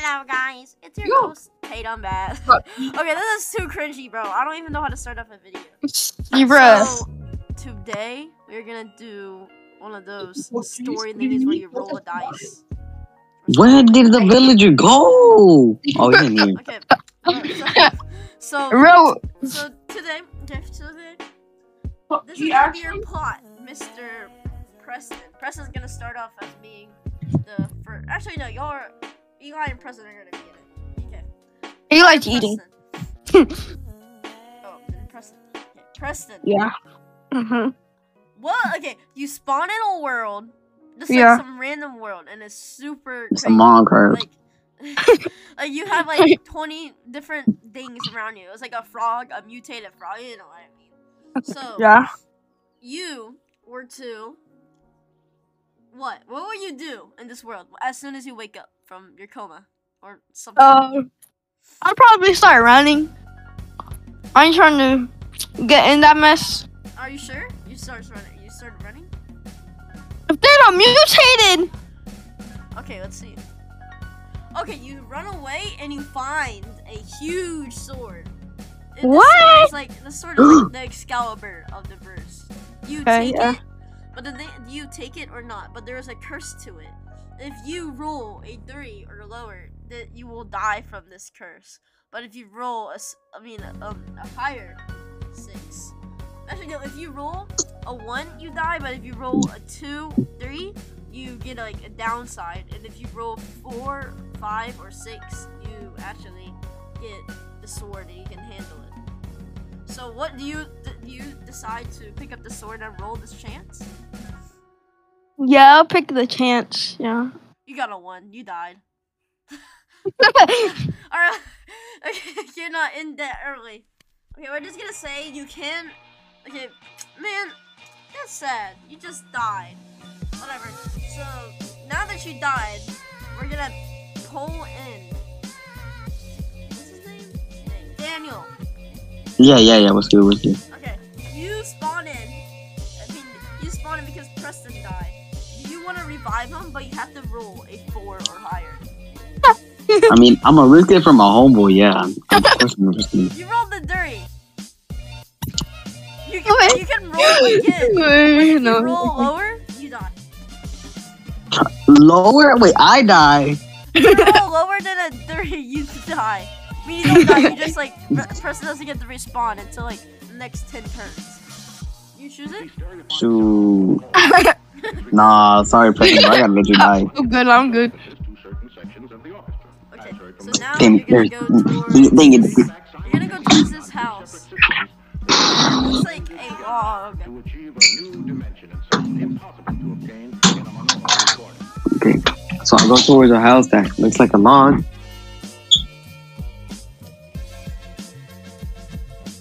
now, guys. It's your Yo. host, Tatum Bass. Bro. okay, this is too cringy, bro. I don't even know how to start off a video. Bruh. So, today, we're gonna do one of those What do you- story what do you things where mean? you roll a dice. Where did the villager go? Oh, he didn't hear. Okay. alright, so, so Bro, So today, okay, so today, this He is gonna be your actually- plot, Mr. Preston. Preston's gonna start off as being the first. Actually, no, you're Eli and Preston are gonna be in it. Okay. he likes eating. Preston. oh, and Preston. Okay, Preston. Yeah. hmm Oh. Well, okay, you spawn in a world. This is Yeah. like some random world, and it's super. It's a crazy. Minecraft. Like, like you have like twenty different things around you. It's like a frog, a mutated frog. You know what I mean? So Yeah. you were to what? What will you do in this world as soon as you wake up from your coma or something? Um, I'll probably start running. I'm trying to get in that mess. Are you sure? You started running. You started running. If they're not mutated, Okay, let's see. Okay, you run away and you find a huge sword. And this sword is like the sword is like the Excalibur of the verse. You Okay, take yeah. it, but then they, you take it or not. But there is a curse to it. If you roll a three or lower, that you will die from this curse. But if you roll a, s- I mean, um, a higher six. Actually, no. If you roll a one, you die. But if you roll a two, three, you get like a downside, and if you roll four, five, or six, you actually get the sword and you can handle it. So, what do you d- do? You decide to pick up the sword and roll this chance. yeah, I'll pick the chance. Yeah. You got a one. You died. All right, okay, you're not in that early. Okay, we're just gonna say you can. Okay, man, that's sad. You just died. Whatever. So now that you died, we're gonna pull in. What's his name? Daniel. Yeah, yeah, yeah. What's good? What's good? Okay, you spawn in. I mean, you spawn in because Preston died. You want to revive him, but you have to roll a four or higher. I mean, I'm a risk it from my homeboy. Yeah, I'm, I'm pushing risking. You rolled the dirty. You Okay. can, you can roll again. Wait, You roll no. lower, you die. Lower? Wait, I die. You roll lower than a dirty, you die. I mean, you don't die, you just like, re- person doesn't get to respawn until like the next 10 turns. You choose it? Shoot. Nah, sorry, Preston. I gotta let you die. I'm good. I'm good. Okay, so now Damn, you're gonna go towards. dang it. You're gonna go towards this house. It's like a log. So I go towards a house that looks like a lawn.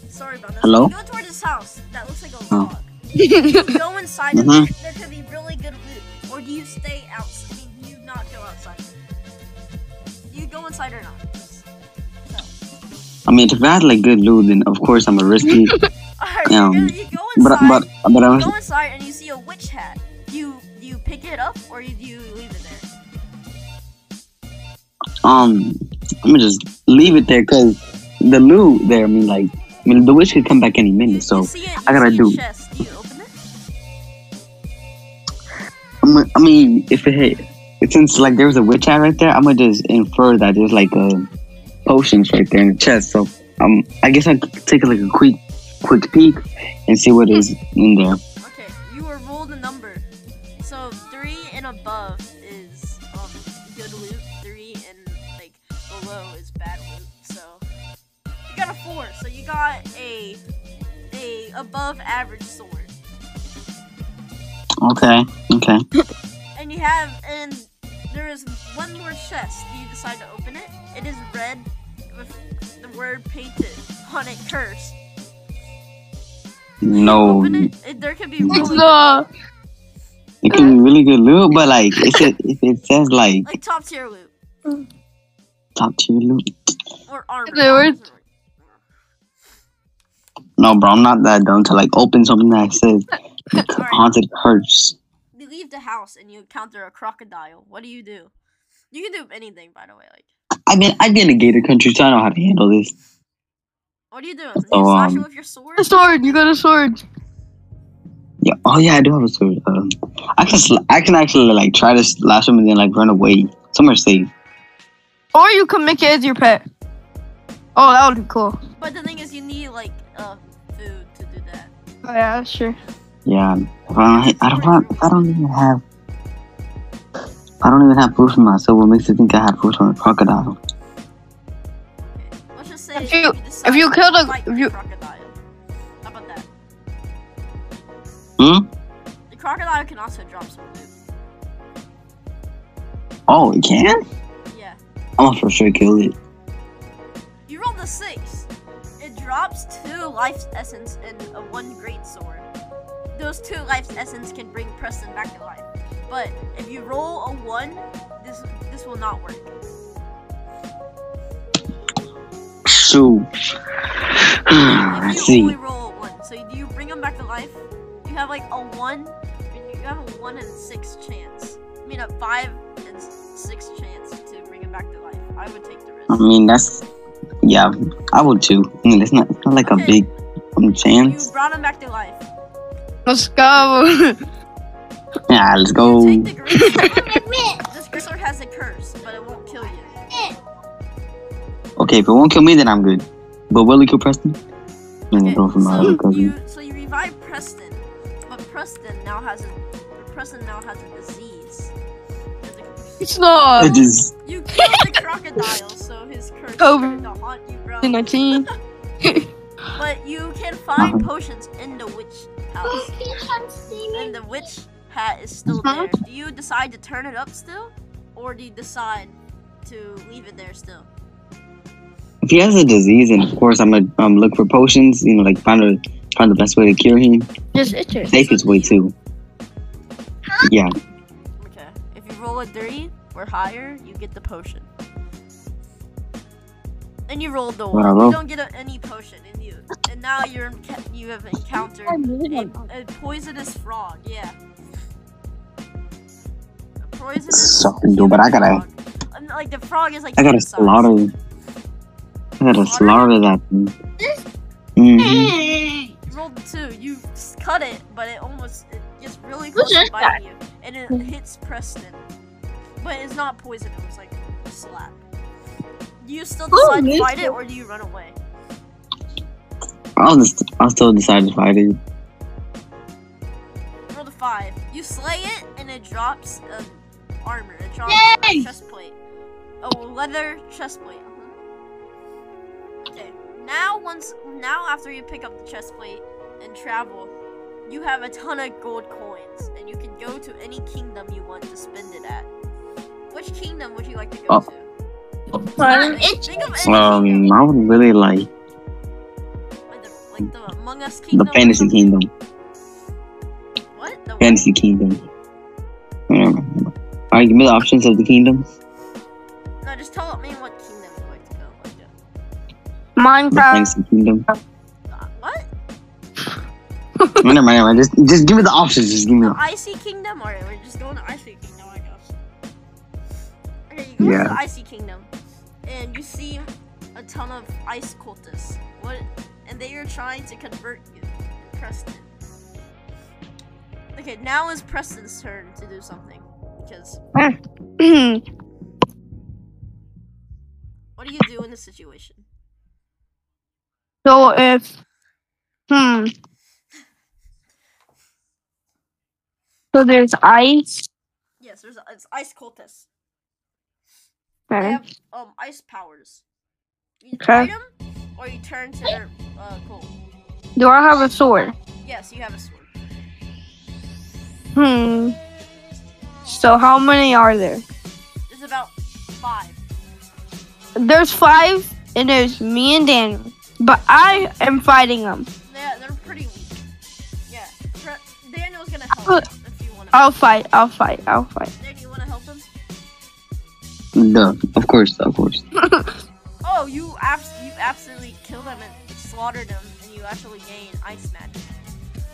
Sorry about that. Hello? You go toward this house that looks like a Oh. log. you go inside of Mhm. it, there could be really good loot. Or do you stay outside? I mean, do you not go outside? Do you go inside or not? I mean, if I had like good loot, then of course I'm a risky. Alright, Um, you're gonna- you go But inside. but but I you was go inside and you see a witch hat. Do you do you pick it up or you- do you leave it there? um, I'm gonna just leave it there because the loot there. I mean, like, I mean, the witch could come back any You, you minute, so. see it, you I gotta see do- A chest. Do you open it? I'm, I mean, if it hit, since like there was a witch hat right there, I'm gonna just infer that there's like a potions right there in the chest. So um, I guess I could take like a quick, quick peek and see what is in there. Okay, you were rolled a number. So three and above is um good loot. Three and like below is bad loot. So you got a four. So you got a a above average sword, Okay, okay. and you have and there is one more chest. Do you decide to open it? It is red with the word painted on it. Curse. No, Open it it. it there could be really good No. loot, can be really good loot, but like if it if it says like like top tier loot top tier loot, or armor. They were- no, bro, I'm not that dumb to like open something that says like, haunted curse. you leave the house and you encounter a crocodile, what do you do? You can do anything, by the way. Like, I've been I've been in gator country, so I know how to handle this. What are you doing? You So, slash um, him with your sword? A sword. You got a sword. Yeah. Oh yeah, I do have a sword. Um, I can sl- I can actually like try to slash him and then like run away somewhere safe. Or you can make it as your pet. Oh, that would be cool. But the thing is, you need like uh, food to do that. Oh, yeah, that's true. Yeah. If I don't, I don't want. I don't even have. I don't even have food for myself. What makes you think I have food from a crocodile? Okay. Let's just say If you- decide if you to killed a- fight if the you- crocodile. How about that? Hmm? The crocodile can also drop some food. Oh, it can. Yeah. I'm gonna for sure kill it. You rolled a six. It drops two life's essence and a one great sword. Those two life's essence can bring Preston back to life. But if you roll a one, this this will not work. So, If you let's Ah, see. only roll a one, so do you bring him back to life? You have like a one, you have a one and six chance. I mean, a five and six chance to bring him back to life. I would take the risk. I mean, that's yeah. I would too. I mean, it's not it's not like a Okay. big um, you chance. brought him back to life. Let's go. Yeah, let's You go. take the great sword. this great sword has a curse, but it won't kill you. Okay, if it won't kill me, then I'm good. But will it kill Preston? I'm gonna Okay, go for my other so cousin. you so you revive Preston, but Preston now has a Preston now has a disease. It's not. It is You killed the crocodile, so his curse is going Covid. to haunt you, bro. 19. But you can find Uh-huh. potions in the witch house, and the witch hat is still Huh? there. Do you decide to turn it up still, or do you decide to leave it there still? if he has a disease, and of course I'm gonna um, look for potions. You know, like find a find the best way to cure him. Just itches. Safest way too. Yeah. Okay. If you roll a three or higher, you get the potion. And you rolled the one. I You roll? don't get a, any potion, and you and now you're enca- you have encountered a, a poisonous frog. Yeah. A poisonous. Something, dude, but I gotta- frog. And, like the frog is like. I gotta human size. slaughter. I gotta Slaughter? slaughter that thing. hmm You rolled a two. You s- cut it, but it almost it gets really close to just biting you, and it hits Preston. But it's not poison. It was like a slap. Do you still Who decide to missed fight it, it? or do you run away? I'll just I'll still decide to fight it. Roll the five. You slay it, and it drops um, armor. It drops a Yay! chest plate, a leather chest plate. Mhm. Okay. Now once, now after you pick up the chest plate and travel, you have a ton of gold coins, and you can go to any kingdom you want to spend it at. Which kingdom would you like to go Oh. to? Pardon? Think- think of any Um, kingdom, I would really like like the, like the Among Us kingdom. the or fantasy something. kingdom. What? The what? Fantasy kingdom. Mm. Are you give me the options of the kingdom? No, just tell me what kingdom you like to go. Like, uh, The Minecraft. fantasy kingdom. uh, what? No, never mind, never mind. Just, just give me the options. Just Hmm. give me. The The, Icy Kingdom? Alright, we're just going to Icy Kingdom, I guess. Okay, you go Yeah. to the Icy Kingdom, and you see a ton of ice cultists. What? And they are trying to convert you, Preston. Okay, now is Preston's turn to do something. Because, what do you do in this situation? so if. Hmm. So there's ice. Yes, there's it's ice cultists. They Okay. have um ice powers. You Okay. fight 'em, or you turn to their uh, cult. Do I have a sword? Yes, you have a sword. Hmm. So how many are there? There's about five. There's five, and there's me and Daniel. But I am fighting them. Yeah, they're pretty weak. Yeah. Pre- Daniel's gonna Oh. help him if you wanna. I'll fight. I'll fight. I'll fight. Dan, you wanna help him? duh, of course, of course. Oh, you abs- you absolutely killed him and slaughtered him, and you actually gain ice magic.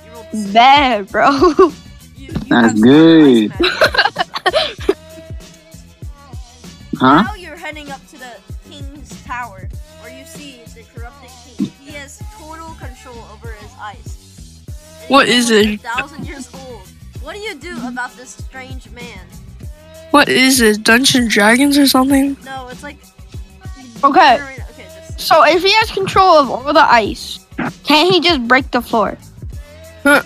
You rolled six. Bad, bro. You, you That's have slaughtered good. ice magic. Huh? Now you're heading up to the see the corrupted king. He has total control over his ice. And What he's is only it? A thousand years old. What do you do about this strange man? What is this? Dungeon Dragons or something? No, it's like. Okay. Okay, just. So if he has control of all the ice, can't he just break the floor? Uh,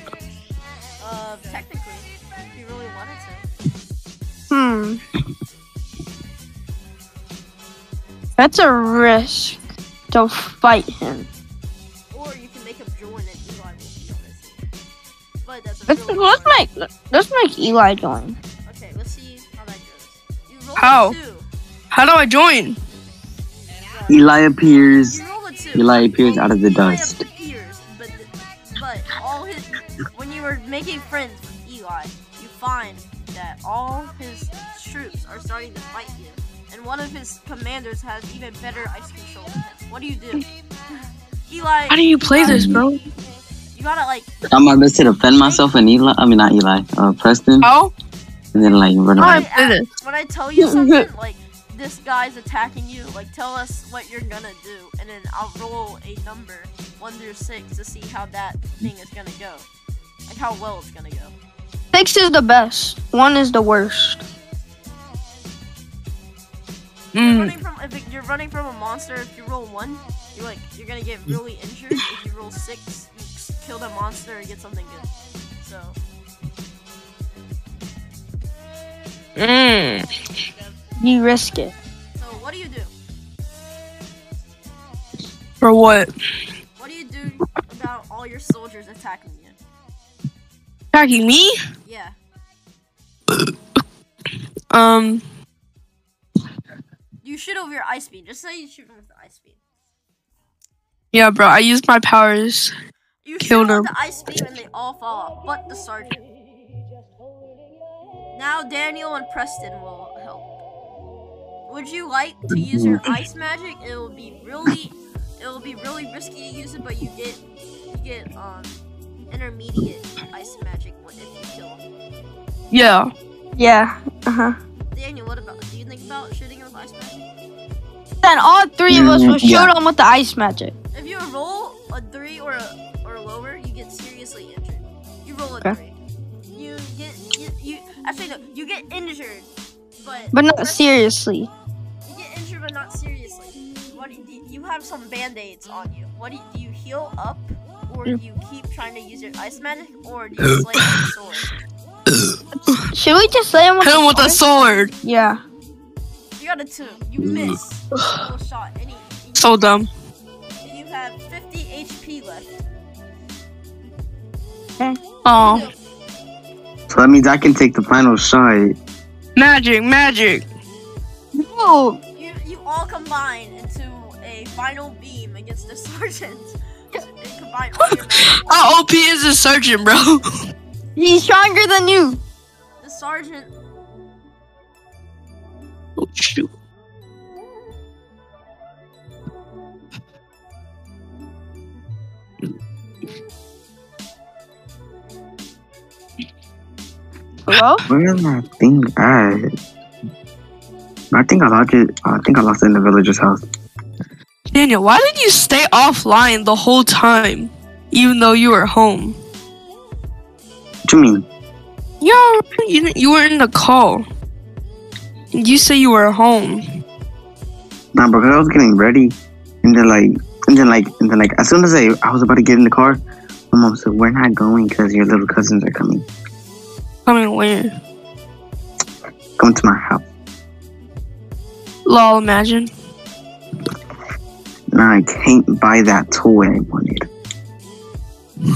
technically, if you really wanted to. Hmm. That's a risk to fight him. Or you can make him join and Eli will be on his team. But that's a Let's, really let's hard- make let's make Eli join. Okay, let's see how that goes. You roll How? a two. How do I join? Eli appears. You roll a two. Eli appears out of the Eli dust. appears, but, but all his when you were making friends with Eli, you find that all his troops are starting to fight you, and one of his commanders has even better ice control. Than him. What do you do, Eli? How do you play this, bro? you gotta like I'm my best to defend myself and Eli. I mean, not Eli. Uh, Preston, How? and then like run How away. do I play this? when I tell you something, like this guy's attacking you, like tell us what you're gonna do, and then I'll roll a number one through six to see how that thing is gonna go, like how well it's gonna go. Six is the best. One is the worst. You're Mm. running from if you're running from a monster, if you roll one, you're like you're gonna get really injured. If you roll six, you s- kill the monster and get something good. So Mm. You risk it. so what do you do? For what? What do you do about all your soldiers attacking you? Attacking me? Yeah. Um. You shoot over your ice beam. Just say you shoot them with the ice beam. Yeah, bro. I used my powers. You Kill shoot them them. with the ice beam and they all fall off, but the sergeant. Now Daniel and Preston will help. Would you like to use your ice magic? It will be really, it will be really risky to use it, but you get, you get um, intermediate ice magic when- if you kill. him. Yeah. Yeah. Uh huh. Daniel, what about? Do you think about shooting him with ice magic? Then all three of us Mm, will shoot yeah. him with the ice magic. If you roll a three or a, or lower, you get seriously injured. You roll a Okay. three. You get you, you actually no, you get injured, but But not Preston- seriously. You get injured, but not seriously. What do you, you have some band-aids on you. What do you, do you heal up, or do you keep trying to use your ice magic, or do you slay with the sword? Should we just lay him with Hit him with a sword? sword. Yeah. You got a two. You miss. Little shot. Any. So dumb. You have 50 HP left. Oh, So that means I can take the final shot. magic, magic. No. You, you all combine into a final beam against the sergeant. They combine all your magic. How OP is this surgeon, bro? He's stronger than you. The sergeant Oh shoot. Hello? Where am I thing at? I think I lost it. I think I lost it in the villager's house. Daniel, why did you stay offline the whole time, even though you were home? What you mean? Yeah, you, didn't- you were in the call. You say you were home. Nah, bro, 'cause I was getting ready, and then like, and then like, and then like, as soon as I, I was about to get in the car, my mom said, "We're not going because your little cousins are coming. Coming where? Come to my house." Lol, imagine. Nah, I can't buy that toy I wanted. You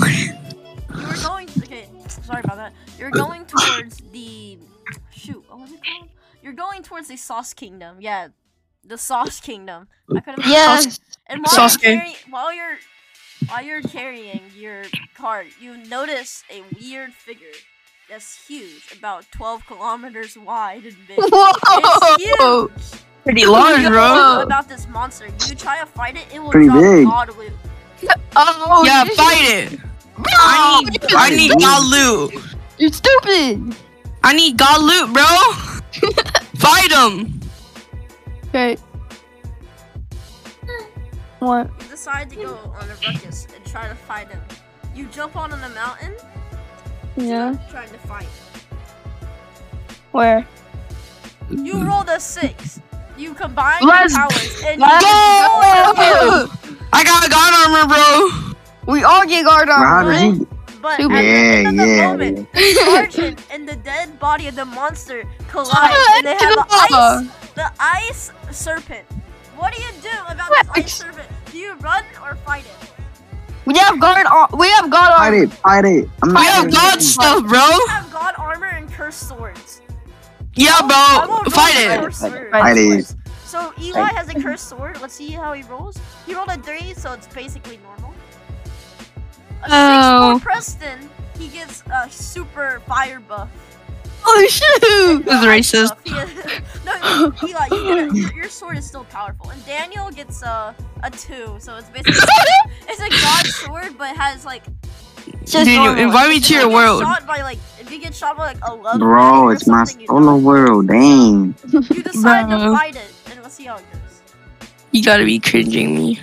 were going. Okay, sorry about that. You're going towards the. Shoot, what was it called? You're going towards the Sauce Kingdom. Yeah, the Sauce Kingdom. I could have. Yes. And while Sauce you're King. carrying, while you're while you're carrying your cart, you notice a weird figure that's huge, about 12 kilometers wide and big. It's Whoa. huge. Pretty You large, don't know bro. about this monster. You try to fight it, it will Pretty drop big. god loot. Oh, Yeah, you- fight it. I need, I need Galut. You're stupid. I need Galut, bro. fight him. Okay. What? You decide to go on a ruckus and try to fight him. You jump on a mountain Yeah. trying to fight. Where? You rolled a six. You combine Let's- your powers and let's you go! I got God armor, bro. We all get guard Wow, armor. did right? he- But at Super. the end Yeah, of the yeah. moment, Sergeant and the dead body of the monster collide, and they have To the the ball. ice, the ice serpent. What do you do about this ice Rex. serpent? Do you run or fight it? We have guard ar- We have guard Fight armor. it, fight it. I'm I not have God stuff, bro. You have god armor and cursed swords. Yeah, I bro. won't roll Fight the it. cursed Fight it. sword. Fight it. So Eli Fight. has a cursed sword. Let's see how he rolls. He rolled a three, so it's basically normal. A Oh. six for Preston. He gets a super fire buff. Oh shoot! This is racist. no, Eli, you get a, your, your sword is still powerful, and Daniel gets a a two, so it's basically it's a god sword, but has like It's just Daniel, normal. invite me to if your you get world. Shot by like if you get shot by like a love. Bro, or it's my something, you, solo world. Dang. you decide to Bro. fight it, and we'll see how it goes. You gotta be cringing me.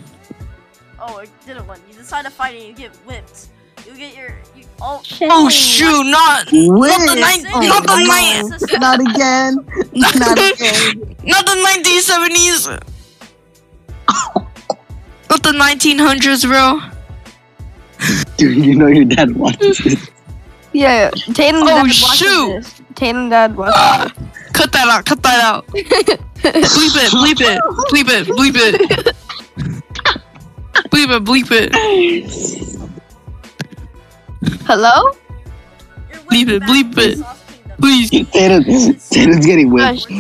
Oh, it didn't win. You decide to fight it, and you get whipped. You get your you, oh. Oh shoot! Not What? Six, the ninth- not the you ninth. get assist- Not again. Not again. Not the 1970s. Not the 1900s, bro. Dude, you know your dad watches this. Yeah, Tatum Oh, Dad watches shoot. this. Tatum Dad watches. Ah, cut that out. Cut that out. bleep it. Bleep it. Bleep it. Bleep it. Bleep it. Bleep it. Hello? you're whipped Bleep it, back bleep to it. Sauce Kingdom. Please. Tatum, Tatum's getting whipped.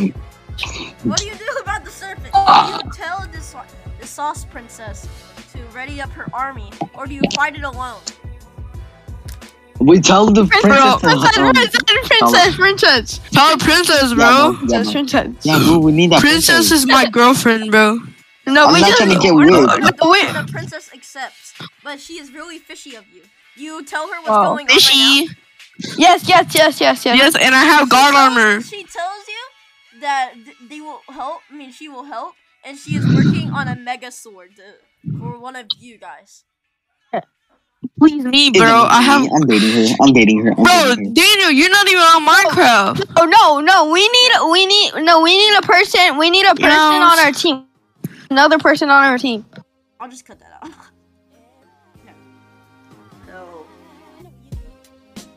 What do you do about the serpent? Ah. Do you tell the, sau- the sauce princess to ready up her army, or do you fight it alone? We tell the princess. to- um, princess, princess, princess, Tell princess, yeah, bro. no, yeah, princess, no. princess. Yeah, bro, we need that Princess is my girlfriend, bro. No, I'm we not just. trying to get we're weird. not- The no, one wait. that the princess accepts, but she is really fishy of you. You tell her what's Wow. going on. Fishy. Yes, yes, yes, yes, yes. Yes, and I have Right guard now. She tells- armor. She tells you that th- they will help. I mean, she will help, and she is working on a mega sword to, for one of you guys. Please me, Isn't bro. it I me? have. I'm dating her. I'm dating her. I'm Bro, dating her. Daniel, you're not even on Minecraft. Oh no, no, we need, we need, no, we need a person. We need a person No. on our team. Another person on our team. I'll just cut that out. no. So,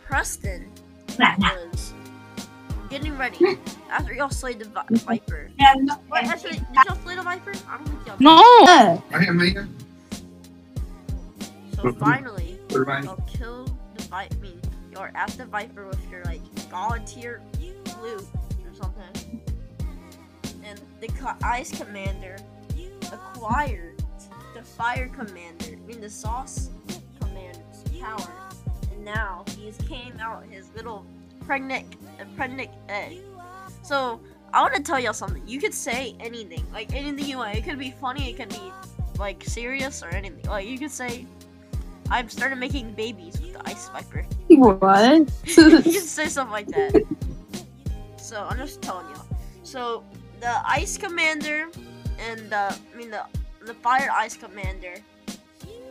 Preston was getting ready after y'all slayed the vi- viper. Wait, actually, did y'all slay the viper? I don't think y'all. No. I am Megan. So finally, Everybody. y'all killed the viper. I mean, y'all are at the viper with your like volunteer loot or something. And the co- ice commander acquired the fire commander. I mean, the sauce commander's power. And now he's came out his little pregnant, uh, pregnant egg. So I want to tell y'all something. You could say anything, like anything you want. It could be funny. It could be like serious or anything. Like you could say, "I've started making babies with the ice viper." What? you can say something like that. So I'm just telling y'all. So the ice commander and the I mean the the fire ice commander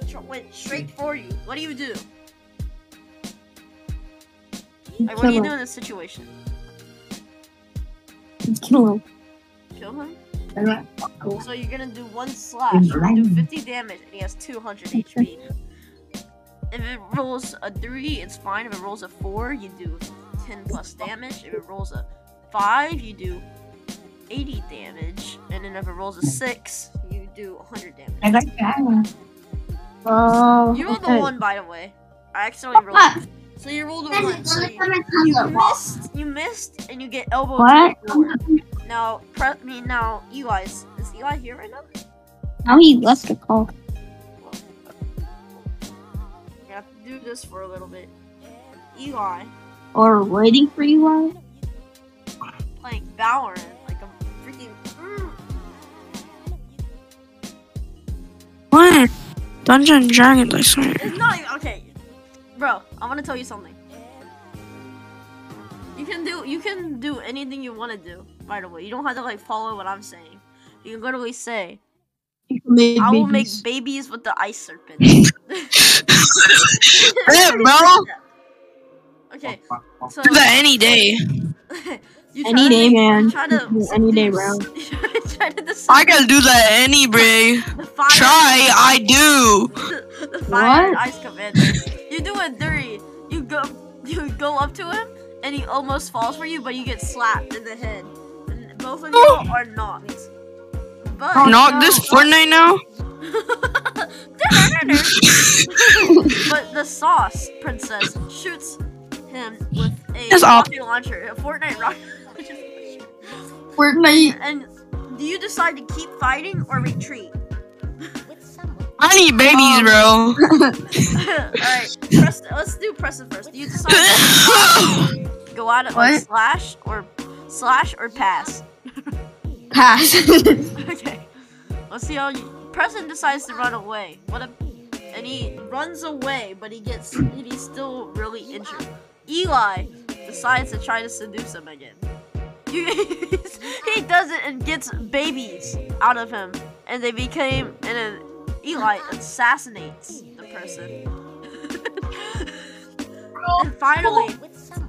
tr- went straight for you. What do you do? Like, what do you do in this situation? Kill him. So you're gonna do one slash. You're gonna do 50 damage, and he has 200 HP. If it rolls a three, it's fine. If it rolls a four, you do 10 plus damage. If it rolls a five, you do 80 damage, and then if it rolls a six, you do 100 damage. Oh, You rolled okay. a one, by the way. I accidentally rolled. it. So you rolled a one. So you, you missed. You missed, and you get elbow to What? the floor. Now, pre- I mean, now Eli's is Eli here right now? Now he left the call. We have to do this for a little bit. Eli Or waiting for you all. playing Valorant like a freaking. Mm, What? Dungeon and Dragons, I swear. it's not even okay, bro. I want to tell you something. You can do you can do anything you want to do. By the way, you don't have to like follow what I'm saying. You can literally say, Made I will make babies with the ice serpent. Damn, bro. Okay, so Do that any day. you Any tryna- day, man. You trying to Any day, bro. you trying to I decide gotta do that any day. the fire. Try, I do. the fire and What? ice commander. You do a dirty. You go, you go up to him, and he almost falls for you, but you get slapped in the head. And both of you are knocked. But Knock this Fortnite now. but the sauce princess shoots him with a That's all. rocket launcher, a Fortnite rocket launcher. Fortnite. And do you decide to keep fighting or retreat? I need babies, bro. Alright, press, let's do Preston first. Do you decide to go out at like What? slash or slash or pass? Pass. Okay. Let's see how you, Preston decides to run away. What a and he runs away, but he gets and he's still really injured. Eli decides to try to seduce him again. You, he does it and gets babies out of him, and they became and then Eli assassinates the person. and finally,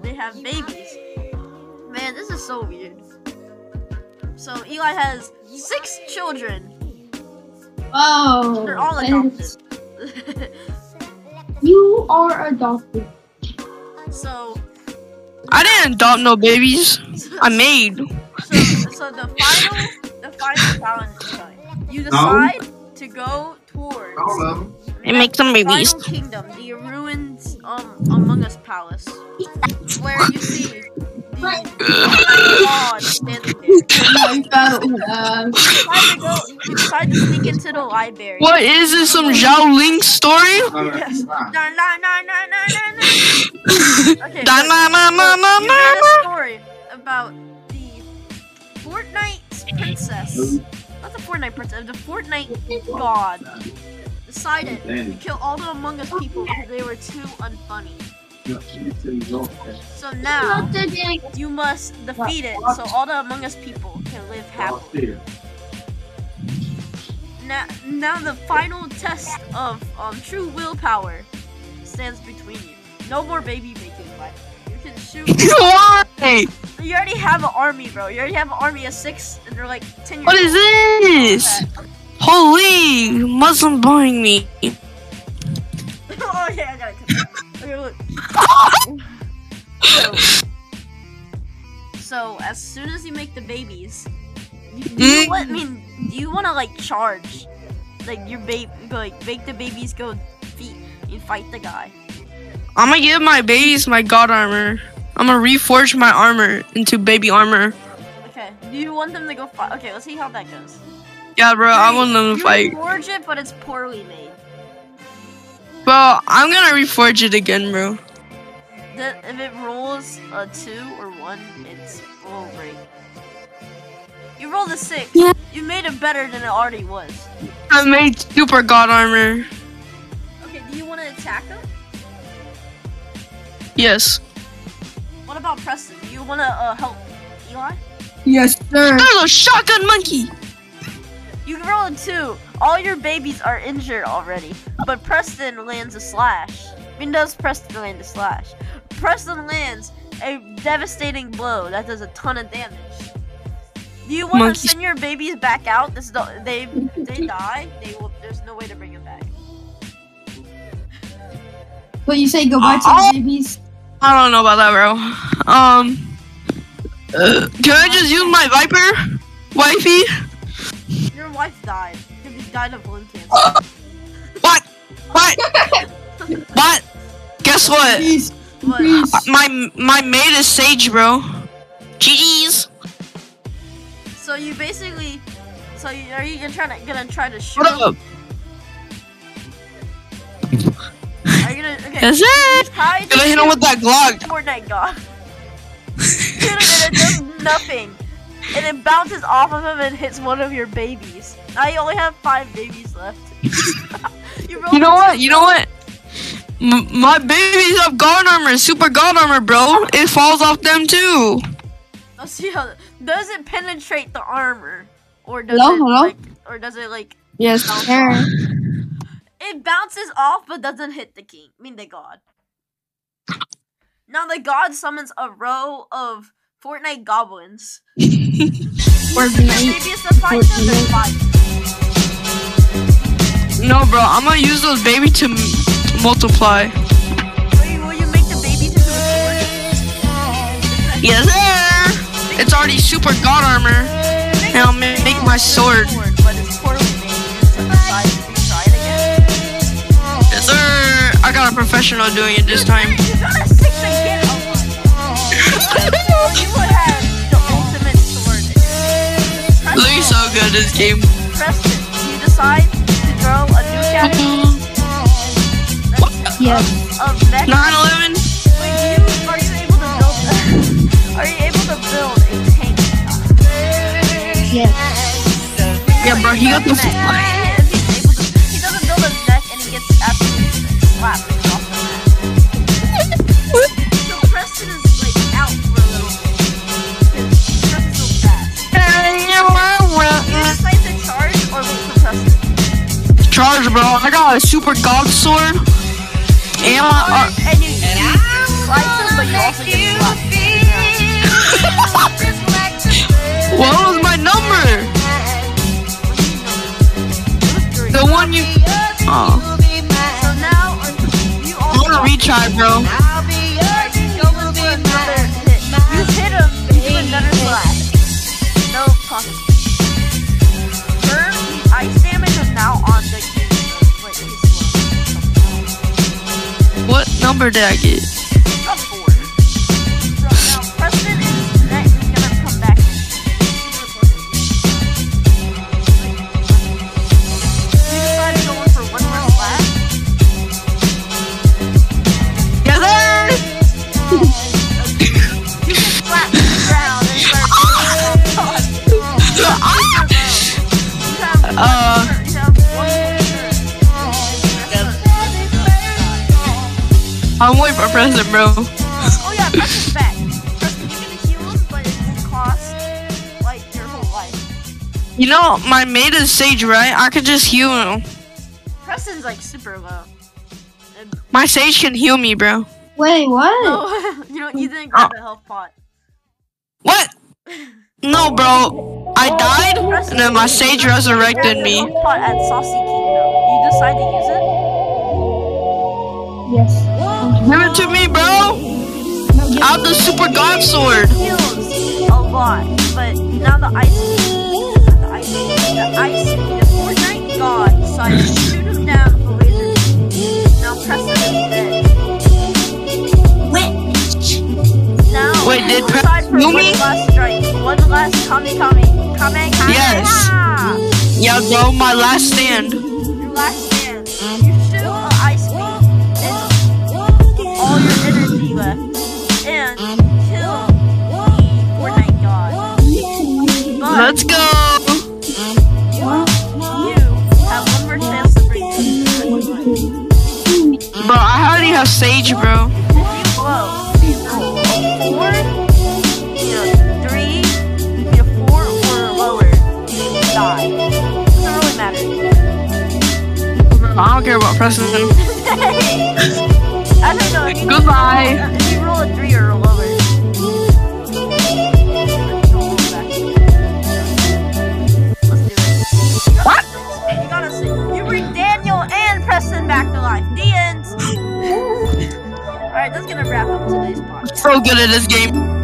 they have babies. Man, this is so weird. So Eli has six children. oh. They're all and adopted. You are adopted. so, I didn't adopt no babies. I made. so, so the final, the final challenge is done. You decide to go towards All of them. It makes some final babies. kingdom, the ruins um Among Us palace, where you see the god standing there. You decide to go, you decide to sneak into the library. What is this? Some Zhao Ling story? Yes. Ah, Nah, nah, nah, nah, nah, nah, nah. Okay, Da but- na na na na Well, you read na na. a story about the Fortnite princess. Not the Fortnite princess, the Fortnite god. Decided to kill all the Among Us people because they were too unfunny. So now you must defeat it so all the Among Us people can live happily. Now, now the final test of um, true willpower stands between you. No more baby making, but you can shoot. Why? You already have an army, bro. You already have an army of six, and they're like ten years. What is this? Holy Muslim buying me. old. oh yeah, I gotta cut that. Okay, look. so, so as soon as you make the babies, do you Mm. what, I mean, do you want to like charge, like your baby, like make the babies go feet and fight the guy? I'm gonna give my babies my god armor. I'm gonna reforge my armor into baby armor. Okay. Do you want them to go fight? Okay, let's see how that goes. Yeah, bro, I want them You to fight. forge it, but it's poorly made. Bro, I'm gonna reforge it again, bro. The, if it rolls a two or one, it's roll break. You rolled a six. Yeah. You made it better than it already was. I made super god armor. Okay, do you want to attack him? Yes. What about Preston? Do you want to uh, help Eli? Yes, sir. There's a shotgun monkey. You rolled a two. All your babies are injured already, but Preston lands a slash. I mean, does Preston land a slash? Preston lands a devastating blow that does a ton of damage. Do you want to Monkey- send your babies back out? This do- they they die. They will, there's no way to bring them back. But you say goodbye Oh. to the babies. I don't know about that, bro. Um, uh, can I just use my Viper, wifey? Your wife died. You died of lung cancer. Uh, What? What? what? Guess what? Please, What? please. My my maid is Sage, bro. GG's. So you basically, so you, are you gonna try to gonna try to shoot? What Him? up? Are you gonna okay? That's it. Try to Gonna hit him shoot with that Glock. Fortnite god. Dude, and it does nothing. And it bounces off of him and hits one of your babies. Now you only have five babies left. you, rolled You know a what? You know what? M- my babies have god armor, super god armor, bro. It falls off them too. I'll see how. Does it penetrate the armor, or does Hello, it hello? like, or does it like Yes, sir. It bounces off but doesn't hit the king. I mean the god. Now the god summons a row of Fortnite goblins. Fortnite. Maybe it's the fight them, there's five. No, bro, I'm gonna use those baby to m- multiply. Wait, will you make the babies into a Yes, sir. It's already super god armor. sword? Now ma- make my sword. But it's portable baby. So decide if you try it again. Yes, sir. I got a professional doing it this time. You got a six again. Oh my god. you would have the ultimate sword. Looking Preston, so good this game. Preston, you decide to throw a nuke at it. Yes. Of mech Wait, do 911. you, are you able to build? are you able to build a tank? Yes. Yeah, bro, he got the. Mech. If he's able to, he doesn't build a deck and he gets absolutely slapped off the map. so Preston is like out for a little bit. 'cause Preston's so fast. Do you decide to charge or wait for Preston? Charge, bro. I got a super god sword. And my. and you, you slide through, but you also get slapped. Uh, what was my number? The one you. Oh. So now on, you I'm also gonna retry, bro. You hit him, you do another slash. No cost. Her the ice damage is now on the king. Wait, he's What number did I get? slow. Up four. So now Preston is next is gonna come back. You decide to go in for one more slash. Yes, sir. Slap the ground and start. Ah! You have one Uh. turn. You have one more turn. I'm waiting for a present, bro. Oh yeah, Preston's back. Preston, you can heal him, but it will cost like your whole life. You know, my mate is Sage, right? I could just heal him. Preston's like super low. My Sage can heal me, bro. Wait, what? Oh, you know you didn't Ah. grab the health pot. What? No, bro. I died, and then my Sage resurrected Grab the me. health pot at Saucy Kingdom. You decide to use it. Yes. Give it to me, bro. No, yes. I have the super god sword. Heals a lot, but now the ice the ice the ice the Fortnite god decided to shoot him down with a laser. Now Preston is dead. Now, Wait, did we'll Pre- decide for you one mean- last strike. One last kami kami. Kame kame. Ah! Yes. Yeah, bro, my last stand. Your last stand. You shoot an ice beam. It's all your energy left. And kill the Fortnite god. But Let's go. you have one more chance to bring this to the end. Bro, I already have Sage, bro. If you blow, you roll a four, you know, three, you get a four or lower, you die. Doesn't really matter. I don't care about Preston. I don't know. If you Goodbye. Roll, if you roll a three or a lower. What? You gotta say, you bring Daniel and Preston back to life. The end. Alright, that's gonna wrap up today's podcast. So good at this game.